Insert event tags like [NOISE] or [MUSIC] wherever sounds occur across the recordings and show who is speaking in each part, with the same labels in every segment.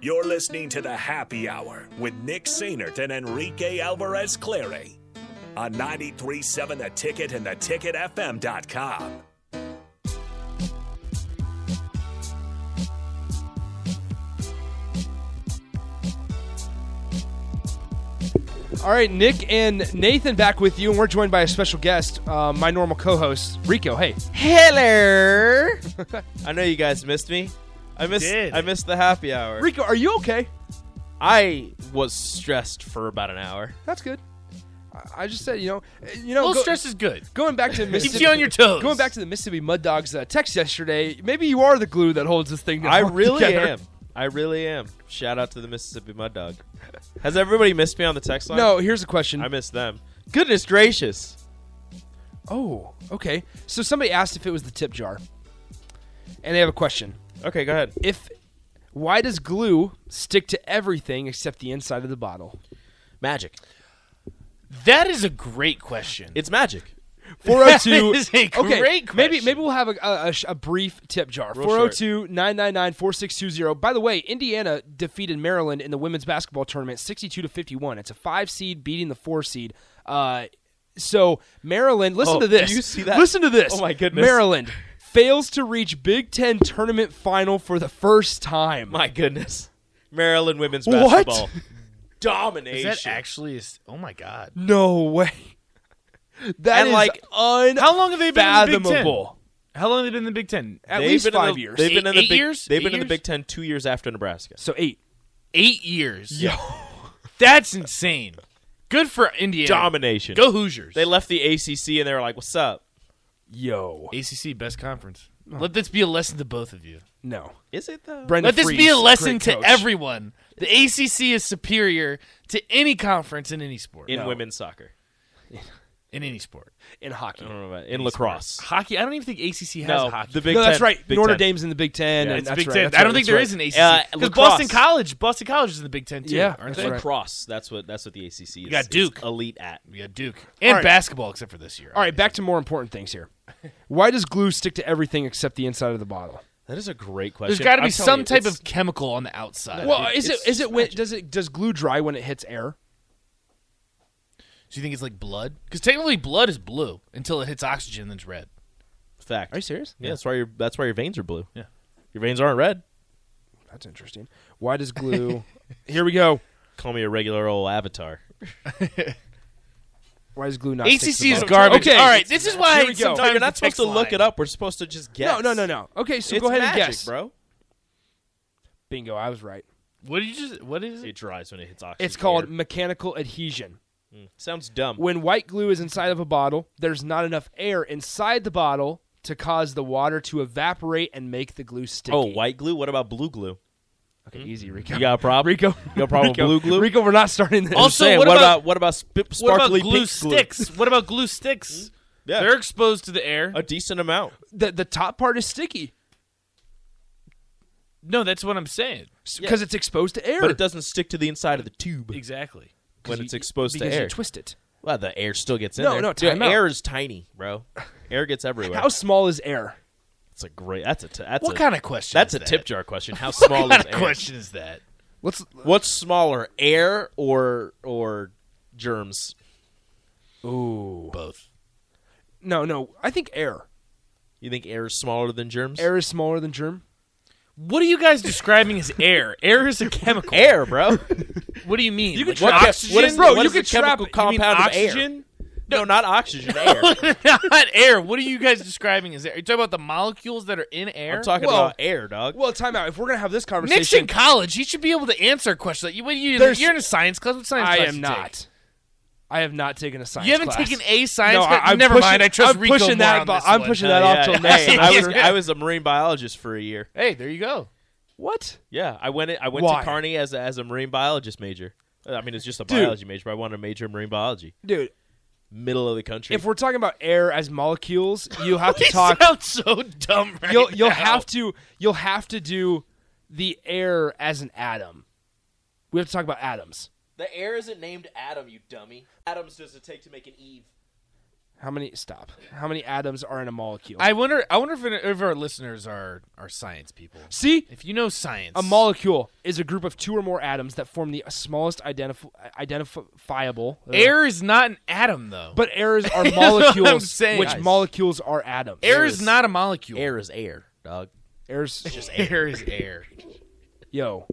Speaker 1: You're listening to the Happy Hour with Nick Sainert and Enrique Alvarez Clary on 937 The Ticket and theticketfm.com.
Speaker 2: All right, Nick and Nathan back with you, and we're joined by a special guest, uh, my normal co-host Rico. Hey,
Speaker 3: Hello. I know you guys missed me. I missed.
Speaker 4: did.
Speaker 3: I missed the happy hour.
Speaker 2: Rico, are you okay?
Speaker 3: I was stressed for about an hour.
Speaker 2: That's good. I, I just said, you know, you know,
Speaker 4: Well,
Speaker 2: go-
Speaker 4: stress is good.
Speaker 2: going back to the Mississippi,
Speaker 4: [LAUGHS] Keeps you on your toes.
Speaker 2: Going back to the Mississippi Mud Dogs uh, text yesterday, maybe you are the glue that holds this thing.
Speaker 3: I really
Speaker 2: together.
Speaker 3: am. I really am. Shout out to the Mississippi Mud Dog. Has everybody missed me on the text line?
Speaker 2: No, here's a question.
Speaker 3: I missed them. Goodness gracious.
Speaker 2: oh, okay. So somebody asked if it was the tip jar, and they have a question.
Speaker 3: Okay, go ahead.
Speaker 2: If why does glue stick to everything except the inside of the bottle?
Speaker 3: Magic.
Speaker 4: That is a great question.
Speaker 3: It's magic. [LAUGHS]
Speaker 2: 402
Speaker 4: That is a
Speaker 2: okay,
Speaker 4: great
Speaker 2: Maybe
Speaker 4: question.
Speaker 2: maybe we'll have a, a, a sh- a brief tip jar.
Speaker 3: Real short.
Speaker 2: 402-999-4620. By the way, Indiana defeated Maryland in the women's basketball tournament 62 to 51. It's a 5 seed beating the 4 seed. Uh so Maryland, listen
Speaker 3: Oh,
Speaker 2: to this.
Speaker 3: do you see that?
Speaker 2: Listen to this.
Speaker 3: Oh, my goodness.
Speaker 2: Maryland fails to reach Big 10 tournament final for the first time.
Speaker 3: My goodness. Maryland women's
Speaker 2: What?
Speaker 3: basketball. Domination.
Speaker 4: is that actually is. Oh my god.
Speaker 2: no way. [LAUGHS] That
Speaker 3: And,
Speaker 2: is
Speaker 3: like,
Speaker 2: un-
Speaker 4: How long have they been in the Big Ten?
Speaker 2: fathomable.
Speaker 4: How long have they been in the Big Ten?
Speaker 2: At
Speaker 3: They've
Speaker 2: least
Speaker 3: been in
Speaker 2: five
Speaker 3: the-
Speaker 2: years.
Speaker 3: They've been in the
Speaker 4: Eight-
Speaker 3: big,
Speaker 4: eight years?
Speaker 3: They've
Speaker 4: Eight
Speaker 3: been in the
Speaker 4: years?
Speaker 3: Big Ten two years after Nebraska.
Speaker 2: So eight.
Speaker 4: Eight years.
Speaker 2: Yo.
Speaker 4: [LAUGHS] That's insane. Good for Indiana.
Speaker 3: Domination.
Speaker 4: Go Hoosiers.
Speaker 3: They left the ACC and they were like, "What's up?"
Speaker 2: Yo.
Speaker 4: ACC best conference. Let this be a lesson to both of you.
Speaker 2: No.
Speaker 3: Is it though?
Speaker 2: Brenda
Speaker 4: Let this be
Speaker 2: Freeze,
Speaker 4: a lesson
Speaker 2: great
Speaker 4: to
Speaker 2: coach.
Speaker 4: everyone. The ACC is superior to any conference in any sport.
Speaker 3: in
Speaker 2: No.
Speaker 3: women's soccer.
Speaker 4: in any sport.
Speaker 2: in
Speaker 3: I
Speaker 2: hockey.
Speaker 3: don't know about in lacrosse.
Speaker 4: Hockey. I don't even think ACC has
Speaker 3: No,
Speaker 4: hockey.
Speaker 3: the Big
Speaker 2: no, that's
Speaker 3: Ten-
Speaker 2: right.
Speaker 3: Big
Speaker 2: Notre
Speaker 3: Ten.
Speaker 2: Dame's in the Big Ten.
Speaker 4: yeah,
Speaker 2: and
Speaker 4: it's
Speaker 2: that's
Speaker 4: Big
Speaker 2: right,
Speaker 4: Ten.
Speaker 2: that's
Speaker 4: I
Speaker 2: right,
Speaker 4: don't think
Speaker 2: that's
Speaker 4: there
Speaker 2: right.
Speaker 4: is an ACC.
Speaker 3: Uh,
Speaker 4: Because
Speaker 3: lacrosse.
Speaker 4: Boston College, Boston College is in the Big Ten too.
Speaker 2: Yeah, that's
Speaker 4: aren't they?
Speaker 2: right.
Speaker 3: Lacrosse. That's what that's what the ACC is. You
Speaker 4: got Duke.
Speaker 3: elite at.
Speaker 4: We got Duke and
Speaker 2: right.
Speaker 4: basketball, except for this year.
Speaker 2: All right, back to more important things here. Why does glue stick to everything except the inside of the bottle?
Speaker 3: That is a great question.
Speaker 4: There's got to
Speaker 3: I'm
Speaker 4: be
Speaker 3: telling
Speaker 4: some
Speaker 3: you,
Speaker 4: type
Speaker 3: it's-
Speaker 4: of chemical on the outside.
Speaker 2: Well,
Speaker 3: it-
Speaker 2: is it
Speaker 3: it's
Speaker 2: is it when, does it does glue dry when it hits air?
Speaker 4: do you think it's like blood? Because technically, blood is blue until it hits oxygen, then it's red.
Speaker 3: fact.
Speaker 2: Are you serious?
Speaker 3: Yeah, that's why your that's why your veins are blue.
Speaker 4: Yeah.
Speaker 3: Your veins aren't red.
Speaker 2: That's interesting. Why does glue? [LAUGHS] here we go.
Speaker 3: Call me a regular old avatar.
Speaker 2: Why does glue not? stick to
Speaker 4: ACC
Speaker 2: the
Speaker 4: is
Speaker 2: bottle?
Speaker 4: garbage.
Speaker 2: Okay.
Speaker 4: All right, this is why
Speaker 2: Here we go.
Speaker 4: sometimes
Speaker 3: No, you're
Speaker 4: the
Speaker 3: not supposed
Speaker 4: text
Speaker 3: to look
Speaker 4: line-
Speaker 3: it up. We're supposed to just guess.
Speaker 2: No, no, no, no. Okay, so
Speaker 3: It's
Speaker 2: go ahead
Speaker 3: magic,
Speaker 2: and guess,
Speaker 3: bro.
Speaker 2: Bingo, I was right.
Speaker 4: What did you just? What is
Speaker 3: It
Speaker 4: it?
Speaker 3: dries when it hits oxygen.
Speaker 2: It's called
Speaker 3: Air.
Speaker 2: mechanical adhesion.
Speaker 3: Sounds dumb.
Speaker 2: when white glue is inside of a bottle, there's not enough air inside the bottle to cause the water to evaporate and make the glue sticky.
Speaker 3: oh, white glue. What about blue glue?
Speaker 2: Okay, easy, Rico.
Speaker 3: You got a problem?
Speaker 2: Rico.
Speaker 3: You got a problem
Speaker 2: [LAUGHS]
Speaker 3: with
Speaker 2: Rico,
Speaker 3: blue glue?
Speaker 2: Rico, we're not starting this.
Speaker 3: I'm
Speaker 4: Also,
Speaker 3: saying,
Speaker 4: what
Speaker 3: what
Speaker 4: about-
Speaker 3: about what about sp-
Speaker 4: What about
Speaker 3: sparkly
Speaker 4: glue
Speaker 3: pink [LAUGHS] Hmm?
Speaker 4: sticks? What about glue sticks?
Speaker 3: Yeah.
Speaker 4: They're exposed to the air.
Speaker 3: A decent amount.
Speaker 2: the, the top part is sticky
Speaker 4: No, that's what I'm saying.
Speaker 2: because it's exposed to air.
Speaker 3: but it doesn't stick to the inside of the tube
Speaker 4: Exactly.
Speaker 3: when it's exposed to
Speaker 2: because
Speaker 3: air.
Speaker 2: you twist it.
Speaker 3: well, the air still gets in
Speaker 2: No,
Speaker 3: there.
Speaker 2: no,
Speaker 3: Dude,
Speaker 2: time out.
Speaker 3: air is tiny, bro. Air gets everywhere.
Speaker 2: How small is air?
Speaker 3: that's a great. That's a. T- that's
Speaker 4: What
Speaker 3: a,
Speaker 4: kind of question?
Speaker 3: That's
Speaker 4: is
Speaker 3: a
Speaker 4: that?
Speaker 3: tip jar
Speaker 2: [LAUGHS]
Speaker 3: question. How small
Speaker 4: What kind
Speaker 3: is
Speaker 4: of
Speaker 3: air?
Speaker 4: question is that?
Speaker 2: Let's.
Speaker 3: What's smaller, air or or germs?
Speaker 2: Ooh.
Speaker 4: Both.
Speaker 2: No, no. I think air.
Speaker 3: You think air is smaller than germs?
Speaker 2: Air is smaller than germ.
Speaker 4: What are you guys describing as air? Air is a chemical.
Speaker 2: [LAUGHS]
Speaker 3: air, bro.
Speaker 4: What do you mean? You
Speaker 3: What
Speaker 4: like
Speaker 3: ca-
Speaker 4: oxygen?
Speaker 3: What is,
Speaker 2: Bro,
Speaker 3: what
Speaker 2: you
Speaker 3: is the
Speaker 2: could trap
Speaker 3: chemical
Speaker 2: it. You mean
Speaker 3: compound of air?
Speaker 4: oxygen?
Speaker 3: No, not oxygen. Air.
Speaker 4: [LAUGHS] not air. What are you guys describing as air? Are you talking about the molecules that are in
Speaker 2: [LAUGHS]
Speaker 4: air?
Speaker 3: I'm talking
Speaker 2: Well-
Speaker 3: about air, dog.
Speaker 2: Well, time out. If we're gonna have this conversation,
Speaker 4: Nick's in college. He should be able to answer a question. Like, you, what, you,
Speaker 2: There's-
Speaker 4: you're in a science class. What science
Speaker 2: I
Speaker 4: class
Speaker 2: am
Speaker 4: you
Speaker 2: not.
Speaker 4: take?
Speaker 2: I have not taken a science.
Speaker 4: You haven't
Speaker 2: class.
Speaker 4: taken a science class?
Speaker 2: I- I'm
Speaker 4: Never
Speaker 2: pushing-
Speaker 4: mind. I trust
Speaker 2: I'm
Speaker 4: Rico
Speaker 2: pushing
Speaker 4: more
Speaker 2: that
Speaker 4: on
Speaker 2: bu-
Speaker 4: this
Speaker 2: I'm
Speaker 4: one.
Speaker 2: pushing that off till [LAUGHS] next
Speaker 3: Hey, Uh, I was
Speaker 4: semester.
Speaker 3: I was a marine biologist for a year.
Speaker 4: Hey, there
Speaker 2: [LAUGHS]
Speaker 4: you go.
Speaker 2: What?
Speaker 3: Yeah, I went. I went
Speaker 2: Why?
Speaker 3: to Carney as a, as a marine biologist major. Uh, I mean, it's just a
Speaker 2: Dude.
Speaker 3: biology major, but I wanted to major in marine biology.
Speaker 2: Dude,
Speaker 3: Middle of the country.
Speaker 2: if we're talking about air as molecules, you
Speaker 4: [LAUGHS]
Speaker 2: have to
Speaker 4: You
Speaker 2: talk.
Speaker 4: sound so dumb
Speaker 2: [LAUGHS]
Speaker 4: right
Speaker 2: You'll you'll
Speaker 4: now.
Speaker 2: have to you'll have to do the air as an atom. We have to talk about atoms.
Speaker 3: the air isn't named Adam, you dummy. Atoms does it take to make an Eve?
Speaker 2: How many? Stop. How many atoms are in a molecule?
Speaker 4: I wonder. I wonder if, any- if our listeners are are science people.
Speaker 2: See,
Speaker 4: If you know science,
Speaker 2: a molecule is a group of two or more atoms that form the smallest identif- identifiable.
Speaker 4: air is not an atom though.
Speaker 2: but errors
Speaker 4: [LAUGHS]
Speaker 2: are
Speaker 4: know what I'm
Speaker 2: molecules,
Speaker 4: saying?
Speaker 2: which
Speaker 4: Guys.
Speaker 2: molecules are atoms.
Speaker 4: air is not a molecule.
Speaker 3: Air is air, dog.
Speaker 2: Errors.
Speaker 4: Just [LAUGHS] air is air.
Speaker 2: Yo,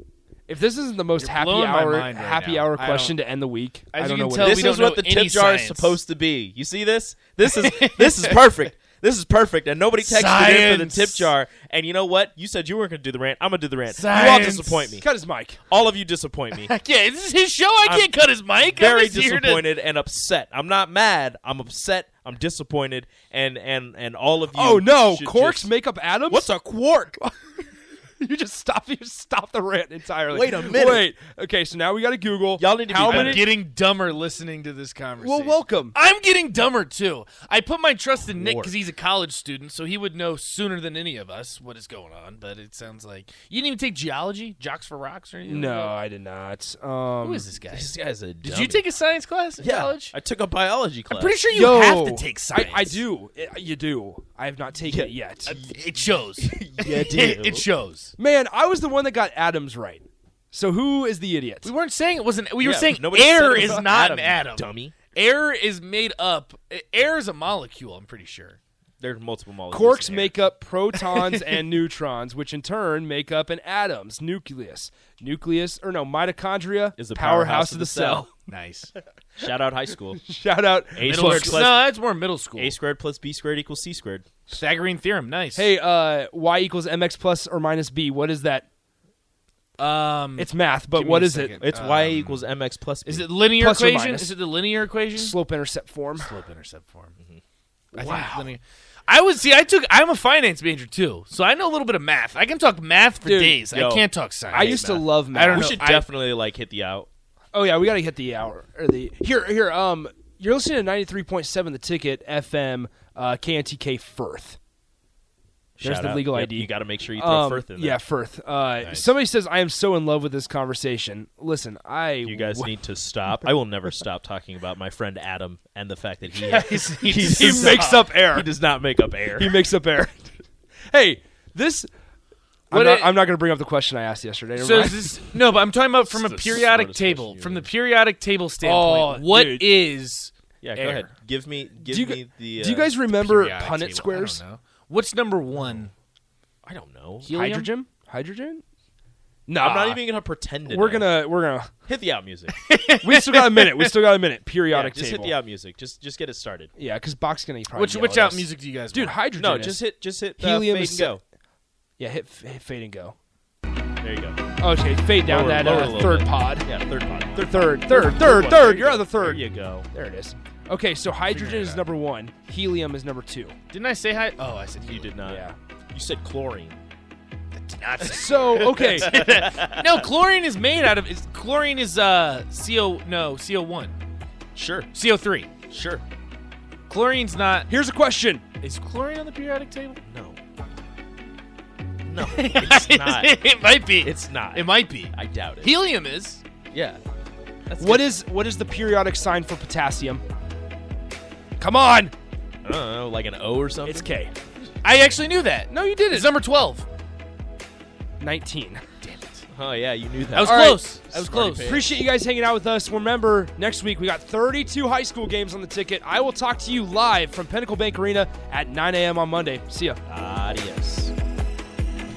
Speaker 2: if this isn't the most
Speaker 4: You're
Speaker 2: happy
Speaker 4: blowing my
Speaker 2: hour
Speaker 4: mind right
Speaker 2: happy
Speaker 4: now.
Speaker 2: hour
Speaker 4: I
Speaker 2: question to end the week,
Speaker 4: As
Speaker 2: I don't
Speaker 4: you can
Speaker 2: know what
Speaker 4: tell,
Speaker 2: it is.
Speaker 3: this
Speaker 4: don't
Speaker 3: is what
Speaker 4: know
Speaker 3: the tip
Speaker 4: any
Speaker 3: jar is
Speaker 4: science.
Speaker 3: supposed to be. You see this? This
Speaker 4: [LAUGHS]
Speaker 3: is this is perfect. This is perfect, and nobody texted in for the
Speaker 4: Science.
Speaker 3: tip jar. And you know what? You said you weren't going to do the rant. I'm going to do the rant. You all
Speaker 4: Science.
Speaker 3: disappoint me.
Speaker 2: Cut his mic.
Speaker 3: All of you disappoint me.
Speaker 4: Yeah, this is his show. I
Speaker 3: I'm
Speaker 4: can't cut his mic.
Speaker 3: Very
Speaker 4: I'm just here to-
Speaker 3: disappointed and upset. I'm not mad. I'm upset. I'm disappointed, and and and all of you.
Speaker 2: Oh no,
Speaker 3: should
Speaker 2: quarks
Speaker 3: just-
Speaker 2: make up atoms.
Speaker 3: What's a quark?
Speaker 2: you just stop. You just stop the rant entirely.
Speaker 3: Wait a minute.
Speaker 2: Wait. Okay, so now we got to Google.
Speaker 3: Y'all need to be
Speaker 2: how
Speaker 4: I'm
Speaker 3: better.
Speaker 2: many?
Speaker 4: getting dumber listening to this conversation.
Speaker 2: Well, welcome.
Speaker 4: I'm getting dumber too. I put my trust in Nick
Speaker 3: Lord.
Speaker 4: because he's a college student, so he would know sooner than any of us what is going on. But it sounds like you didn't even take geology, jocks for rocks, or anything.
Speaker 2: [LAUGHS]
Speaker 4: like
Speaker 2: No,
Speaker 4: that?
Speaker 2: I did not. Um,
Speaker 4: who is this guy?
Speaker 3: This guy's a.
Speaker 4: Did you take a science class in
Speaker 3: yeah,
Speaker 4: college?
Speaker 3: I took a biology class.
Speaker 4: I'm pretty sure you
Speaker 2: Yo,
Speaker 4: have to take science.
Speaker 2: I, I do. I- you do. I have not taken it yet. [LAUGHS]
Speaker 4: It shows.
Speaker 3: Yeah,
Speaker 4: [LAUGHS] it, it shows.
Speaker 2: Man, I was the one that got atoms right. So who is the idiot?
Speaker 4: We weren't saying it wasn't. We were
Speaker 3: Yeah,
Speaker 4: saying
Speaker 3: nobody said
Speaker 4: air
Speaker 3: it
Speaker 4: is
Speaker 3: was
Speaker 4: not an atom.
Speaker 3: dummy.
Speaker 4: Air is made up. Air is a molecule. I'm pretty sure.
Speaker 3: There's multiple molecules.
Speaker 2: Quarks
Speaker 3: in air.
Speaker 2: make up protons and neutrons, which in turn make up an atom's nucleus. Nucleus, or no, mitochondria
Speaker 3: Is the powerhouse of the cell.
Speaker 4: Nice.
Speaker 3: Shout out high school.
Speaker 2: [LAUGHS] Shout out.
Speaker 3: A
Speaker 4: [LAUGHS] middle
Speaker 3: squared
Speaker 4: school. No,
Speaker 3: plus
Speaker 4: that's more middle school.
Speaker 3: a squared plus b squared equals c squared.
Speaker 4: Pythagorean theorem. Nice.
Speaker 2: Hey, uh, y equals mx plus or minus b. What is that?
Speaker 4: um,
Speaker 2: It's math, but
Speaker 4: Give me
Speaker 2: what
Speaker 4: a
Speaker 2: is
Speaker 4: second.
Speaker 2: it?
Speaker 3: It's y equals mx plus b.
Speaker 4: Um, Is it linear
Speaker 2: Plus or
Speaker 4: equation?
Speaker 2: minus. Mm-hmm.
Speaker 4: Is it the linear equation?
Speaker 2: Slope intercept form.
Speaker 4: Slope intercept form. I wow. Think linear. I would see. I took. I'm a finance major too, so I know a little bit of math. I can talk math for
Speaker 2: Dude,
Speaker 4: days.
Speaker 3: yo,
Speaker 4: I can't talk science.
Speaker 2: I used to love
Speaker 4: [LAUGHS]
Speaker 2: math.
Speaker 4: I don't
Speaker 3: we
Speaker 4: know.
Speaker 3: should
Speaker 4: I-
Speaker 3: definitely like hit the out.
Speaker 2: Oh yeah, we gotta hit the hour or the here here. Um, you're listening to ninety three point seven, the ticket FM, uh, KNTK Firth. There's
Speaker 3: Shout
Speaker 2: the
Speaker 3: out.
Speaker 2: legal
Speaker 3: Yep,
Speaker 2: ID.
Speaker 3: You got to make sure you throw
Speaker 2: Um,
Speaker 3: Firth in there.
Speaker 2: yeah, Firth. Uh, Somebody says I am so in love with this conversation. Listen, I
Speaker 3: You
Speaker 4: [LAUGHS]
Speaker 3: guys
Speaker 2: w-
Speaker 3: need to stop. I will never stop talking about my friend Adam and the fact that he
Speaker 4: [LAUGHS]
Speaker 3: he,
Speaker 2: he
Speaker 3: [LAUGHS]
Speaker 2: makes up air.
Speaker 3: He does not make up
Speaker 2: [LAUGHS]
Speaker 3: air.
Speaker 2: He makes up air. hey, this. I'm
Speaker 4: What
Speaker 2: not,
Speaker 4: it-
Speaker 2: I'm not going to bring up the question I asked yesterday. never
Speaker 4: So
Speaker 2: mind.
Speaker 4: is this no, but I'm talking about from a
Speaker 3: the
Speaker 4: periodic
Speaker 3: smartest
Speaker 4: table.
Speaker 3: question
Speaker 4: From the
Speaker 3: you've
Speaker 4: periodic table standpoint,
Speaker 2: Oh,
Speaker 4: what
Speaker 2: dude.
Speaker 4: is
Speaker 3: yeah, go
Speaker 4: air.
Speaker 3: ahead. Give me give
Speaker 2: do you,
Speaker 3: me the. Uh,
Speaker 2: do you guys remember
Speaker 4: periodic
Speaker 2: Punnett
Speaker 4: table? I
Speaker 2: squares?
Speaker 4: don't know. What's number one?
Speaker 3: I don't know.
Speaker 4: Helium?
Speaker 2: Hydrogen? Hydrogen? No,
Speaker 3: I'm not even gonna pretend. To
Speaker 2: We're
Speaker 3: know.
Speaker 2: gonna we're
Speaker 3: [LAUGHS]
Speaker 2: gonna
Speaker 3: hit the out music.
Speaker 2: we still got a minute. We still got a minute.
Speaker 3: yeah,
Speaker 2: Periodic
Speaker 3: just hit
Speaker 2: table.
Speaker 3: the out music. Just just get it started.
Speaker 2: Yeah, because Box gonna probably
Speaker 4: Which
Speaker 2: yell
Speaker 4: which
Speaker 2: at
Speaker 4: out
Speaker 2: us.
Speaker 4: music do you guys?
Speaker 2: Dude,
Speaker 4: want?
Speaker 2: hydrogen.
Speaker 3: No,
Speaker 2: is-
Speaker 3: just hit just hit uh,
Speaker 2: Helium
Speaker 3: fade
Speaker 2: is
Speaker 3: and
Speaker 2: so-
Speaker 3: go.
Speaker 2: yeah hit, f- hit fade and go.
Speaker 3: There you go.
Speaker 2: Okay, fade down
Speaker 3: Lower-
Speaker 2: that
Speaker 3: lower a
Speaker 2: uh,
Speaker 3: little
Speaker 2: third
Speaker 3: bit.
Speaker 2: pod.
Speaker 3: Yeah, third pod.
Speaker 2: Third,
Speaker 3: Third,
Speaker 2: third,
Speaker 3: third
Speaker 2: third,
Speaker 3: one.
Speaker 2: third.
Speaker 3: There
Speaker 2: You're on the
Speaker 3: There
Speaker 2: third.
Speaker 3: you go.
Speaker 2: There it is. Okay, so hydrogen is number one. Helium is number two.
Speaker 4: didn't I say hi? Oh, I said
Speaker 3: You did not.
Speaker 2: Yeah.
Speaker 3: You said chlorine.
Speaker 4: did not say
Speaker 2: So
Speaker 3: [LAUGHS]
Speaker 2: okay,
Speaker 4: No, chlorine is made out of is chlorine is uh CO no, CO1.
Speaker 3: Sure.
Speaker 4: CO3.
Speaker 3: Sure.
Speaker 4: Chlorine's not
Speaker 2: here's a question.
Speaker 4: is chlorine on the periodic table?
Speaker 3: No. No, it's not.
Speaker 4: [LAUGHS] it might be.
Speaker 3: It's not.
Speaker 4: it might be.
Speaker 3: I doubt it.
Speaker 4: Helium is
Speaker 3: yeah. That's
Speaker 2: What is what is the periodic sign for potassium? Come on,
Speaker 3: I don't know, like an O or something.
Speaker 2: it's K.
Speaker 4: I actually knew that.
Speaker 2: No, you did
Speaker 4: It's
Speaker 2: it.
Speaker 4: number 12.
Speaker 2: Nineteen.
Speaker 3: oh yeah, you knew that.
Speaker 4: I was
Speaker 2: All right.
Speaker 4: close. I was
Speaker 3: Smarty
Speaker 4: close.
Speaker 3: pants.
Speaker 2: Appreciate you guys hanging out with us. Remember, next week we got 32 high school games on the ticket. I will talk to you live from Pinnacle Bank Arena at 9 a.m. on Monday. See ya.
Speaker 3: Adios.